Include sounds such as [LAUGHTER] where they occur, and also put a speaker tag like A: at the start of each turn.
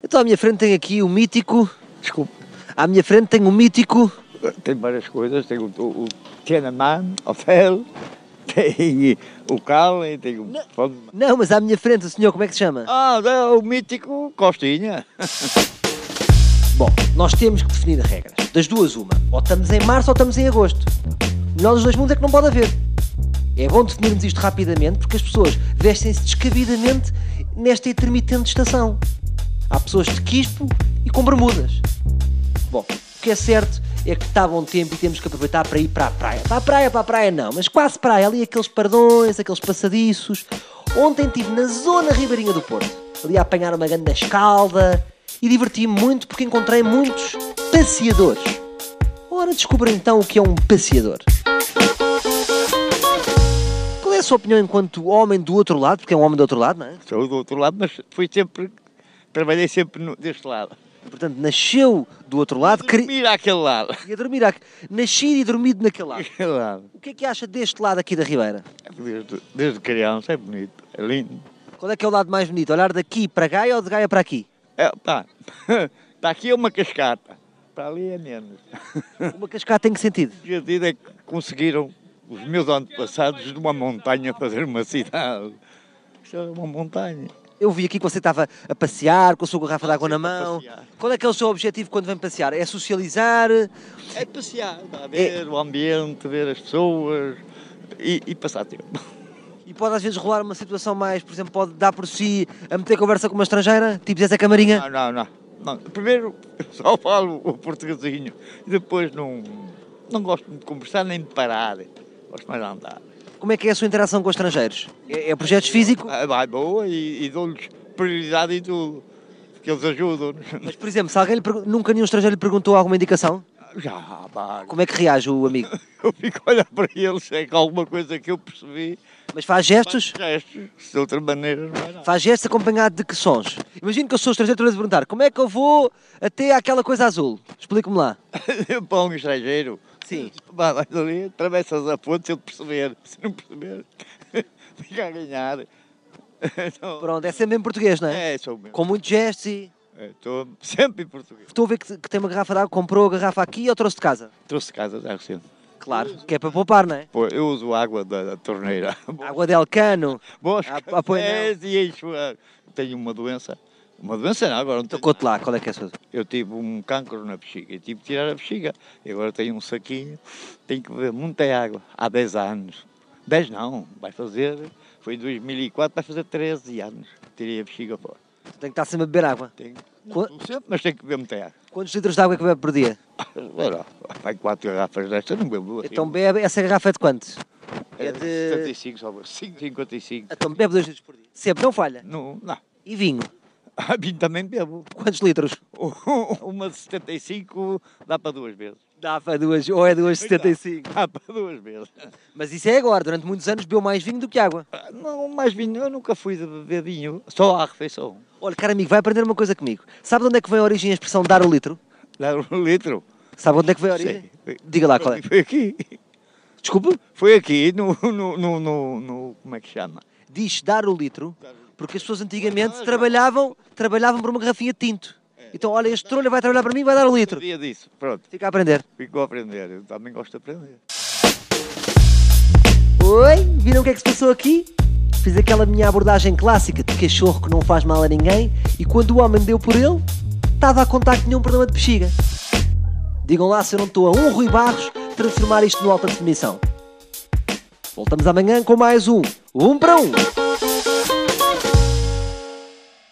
A: Então à minha frente tem aqui o mítico. Desculpe. À minha frente tem o mítico.
B: Tem várias coisas, tem o, o, o Tiananmen, o Fel, [LAUGHS] tem o Cali, tem o...
A: Não, mas à minha frente o senhor como é que se chama?
B: Ah, é o mítico Costinha. [LAUGHS]
A: Bom, nós temos que definir regras. Das duas, uma. Ou estamos em março ou estamos em agosto. Melhor dos dois mundos é que não pode haver. É bom definirmos isto rapidamente porque as pessoas vestem-se descabidamente nesta intermitente estação. Há pessoas de quispo e com bermudas. Bom, o que é certo é que está bom tempo e temos que aproveitar para ir para a praia. Para a praia, para a praia não, mas quase praia. Ali aqueles pardões, aqueles passadiços. Ontem estive na zona ribeirinha do Porto. Ali a apanhar uma grande escalda e diverti-me muito porque encontrei muitos passeadores. Ora, descubra então o que é um passeador. Qual é a sua opinião enquanto homem do outro lado? Porque é um homem do outro lado, não é?
B: Sou do outro lado, mas fui sempre, trabalhei sempre no- deste lado.
A: Portanto, nasceu do outro lado cri...
B: Mira aquele lado. [LAUGHS]
A: e a dormir aqui. Nascido e dormido naquele lado.
B: Aquele lado.
A: O que é que acha deste lado aqui da Ribeira?
B: Desde, desde criança é bonito, é lindo.
A: Qual é que é o lado mais bonito? Olhar daqui para Gaia ou de Gaia para
B: [LAUGHS]
A: aqui?
B: É, pá, para aqui é uma cascata, para ali é menos.
A: Uma cascata tem que sentido?
B: Eu digo é que conseguiram os meus antepassados de uma montanha fazer uma cidade. Isto é uma montanha.
A: Eu vi aqui que você estava a passear com a sua garrafa de água na
B: sempre a
A: mão.
B: passear.
A: Qual é que é o seu objetivo quando vem passear? É socializar?
B: É passear, tá, ver o ambiente, ver as pessoas e, e passar tempo.
A: E pode às vezes rolar uma situação mais, por exemplo, pode dar por si a meter conversa com uma estrangeira? Tipo Zé Camarinha?
B: Não, não, não. não. Primeiro eu só falo o portuguesinho e depois não, não gosto de conversar nem de parar. Gosto mais de andar.
A: Como é que é a sua interação com estrangeiros? É, é projetos físicos?
B: Ah, Vai boa e, e dou-lhes prioridade em tudo, porque eles ajudam-nos. [LAUGHS]
A: Mas, por exemplo, se alguém lhe pergun- nunca nenhum estrangeiro lhe perguntou alguma indicação,
B: Já, pá,
A: como é que reage o amigo?
B: eu fico a olhar para eles, é que alguma coisa que eu percebi.
A: Mas faz gestos?
B: Gestos, se de outra maneira não é? vai nada.
A: Faz gestos acompanhado de que sons? Imagino que eu sou estrangeiro estou a perguntar como é que eu vou até àquela coisa azul? Explique-me lá.
B: Para um estrangeiro.
A: Sim.
B: Vai, vai ali, atravessas a ponte se ele perceber. Se não perceber, [LAUGHS] fica a ganhar. Então,
A: Pronto, é sempre em português, não é?
B: é, sou mesmo.
A: Com muitos gestos e...
B: É, Estou sempre em português.
A: Estou a ver que, que tem uma garrafa de água, comprou a garrafa aqui ou trouxe de casa?
B: Trouxe de casa já recente.
A: Claro, que é para poupar, não é?
B: Pô, eu uso água da, da torneira. É,
A: Água del cano.
B: Bons
A: Ah, pá, pois não.
B: cafés e encho. a- Tenho uma doença. Uma doença não, agora não tenho.
A: Tocou-te lá, qual é que é a sua?
B: Eu tive um cancro na bexiga e tive que tirar a bexiga. E agora tenho um saquinho, tenho que beber muita água. Há 10 anos. 10 não, vai fazer. Foi em 2004, vai fazer 13 anos. Tirei a bexiga fora.
A: Tem que estar sempre a beber água.
B: Tenho, não
A: Qua-
B: bebo sempre, mas tenho que beber muita água. [LAUGHS]
A: Quantos litros de água é que bebe por dia?
B: Vai lá, vai 4 garrafas desta, não bebo. assim.
A: Então bebe, essa garrafa é de quantos?
B: é
A: é
B: de...
A: de-
B: 75, só 55.
A: Então bebe dois litros por dia. Sempre, não falha.
B: Não, não. [LAUGHS]
A: E vinho?
B: A vinho também bebo. [LAUGHS]
A: Quantos litros?
B: Uma de 75 dá para duas vezes.
A: Dá para duas, ou é duas de 75.
B: Dá para duas vezes.
A: Mas isso é agora, durante muitos anos bebeu mais vinho do que água.
B: Ah, Não, mais vinho, eu nunca fui de beber vinho, só à refeição.
A: Olha, caro amigo, vai aprender uma coisa comigo. Sabe de onde é que vem a origem a expressão dar o litro?
B: Dar um litro.
A: Sabe onde é que vem a origem?
B: Sei.
A: Diga lá qual é.
B: Foi aqui.
A: Desculpe?
B: Foi aqui no, no, no, no, no- Como é que chama?
A: Diz dar o litro porque as pessoas antigamente
B: Ah, já.
A: trabalhavam, trabalhavam por uma garrafinha de tinto. Então, olha, este trolho vai trabalhar para mim e vai dar o litro.
B: Sabia disso. Pronto,
A: Fica a aprender.
B: fico a aprender. Eu também gosto de aprender.
A: Oi, viram o que é que se passou aqui? Fiz aquela minha abordagem clássica de cachorro que não faz mal a ninguém e quando o homem deu por ele, estava a contar que tinha um problema de bexiga. Digam lá se eu não estou a um Rui Barros transformar isto no alta definição. Voltamos amanhã com mais um. Um para um.